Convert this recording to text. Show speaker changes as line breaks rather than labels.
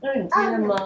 那你听了吗？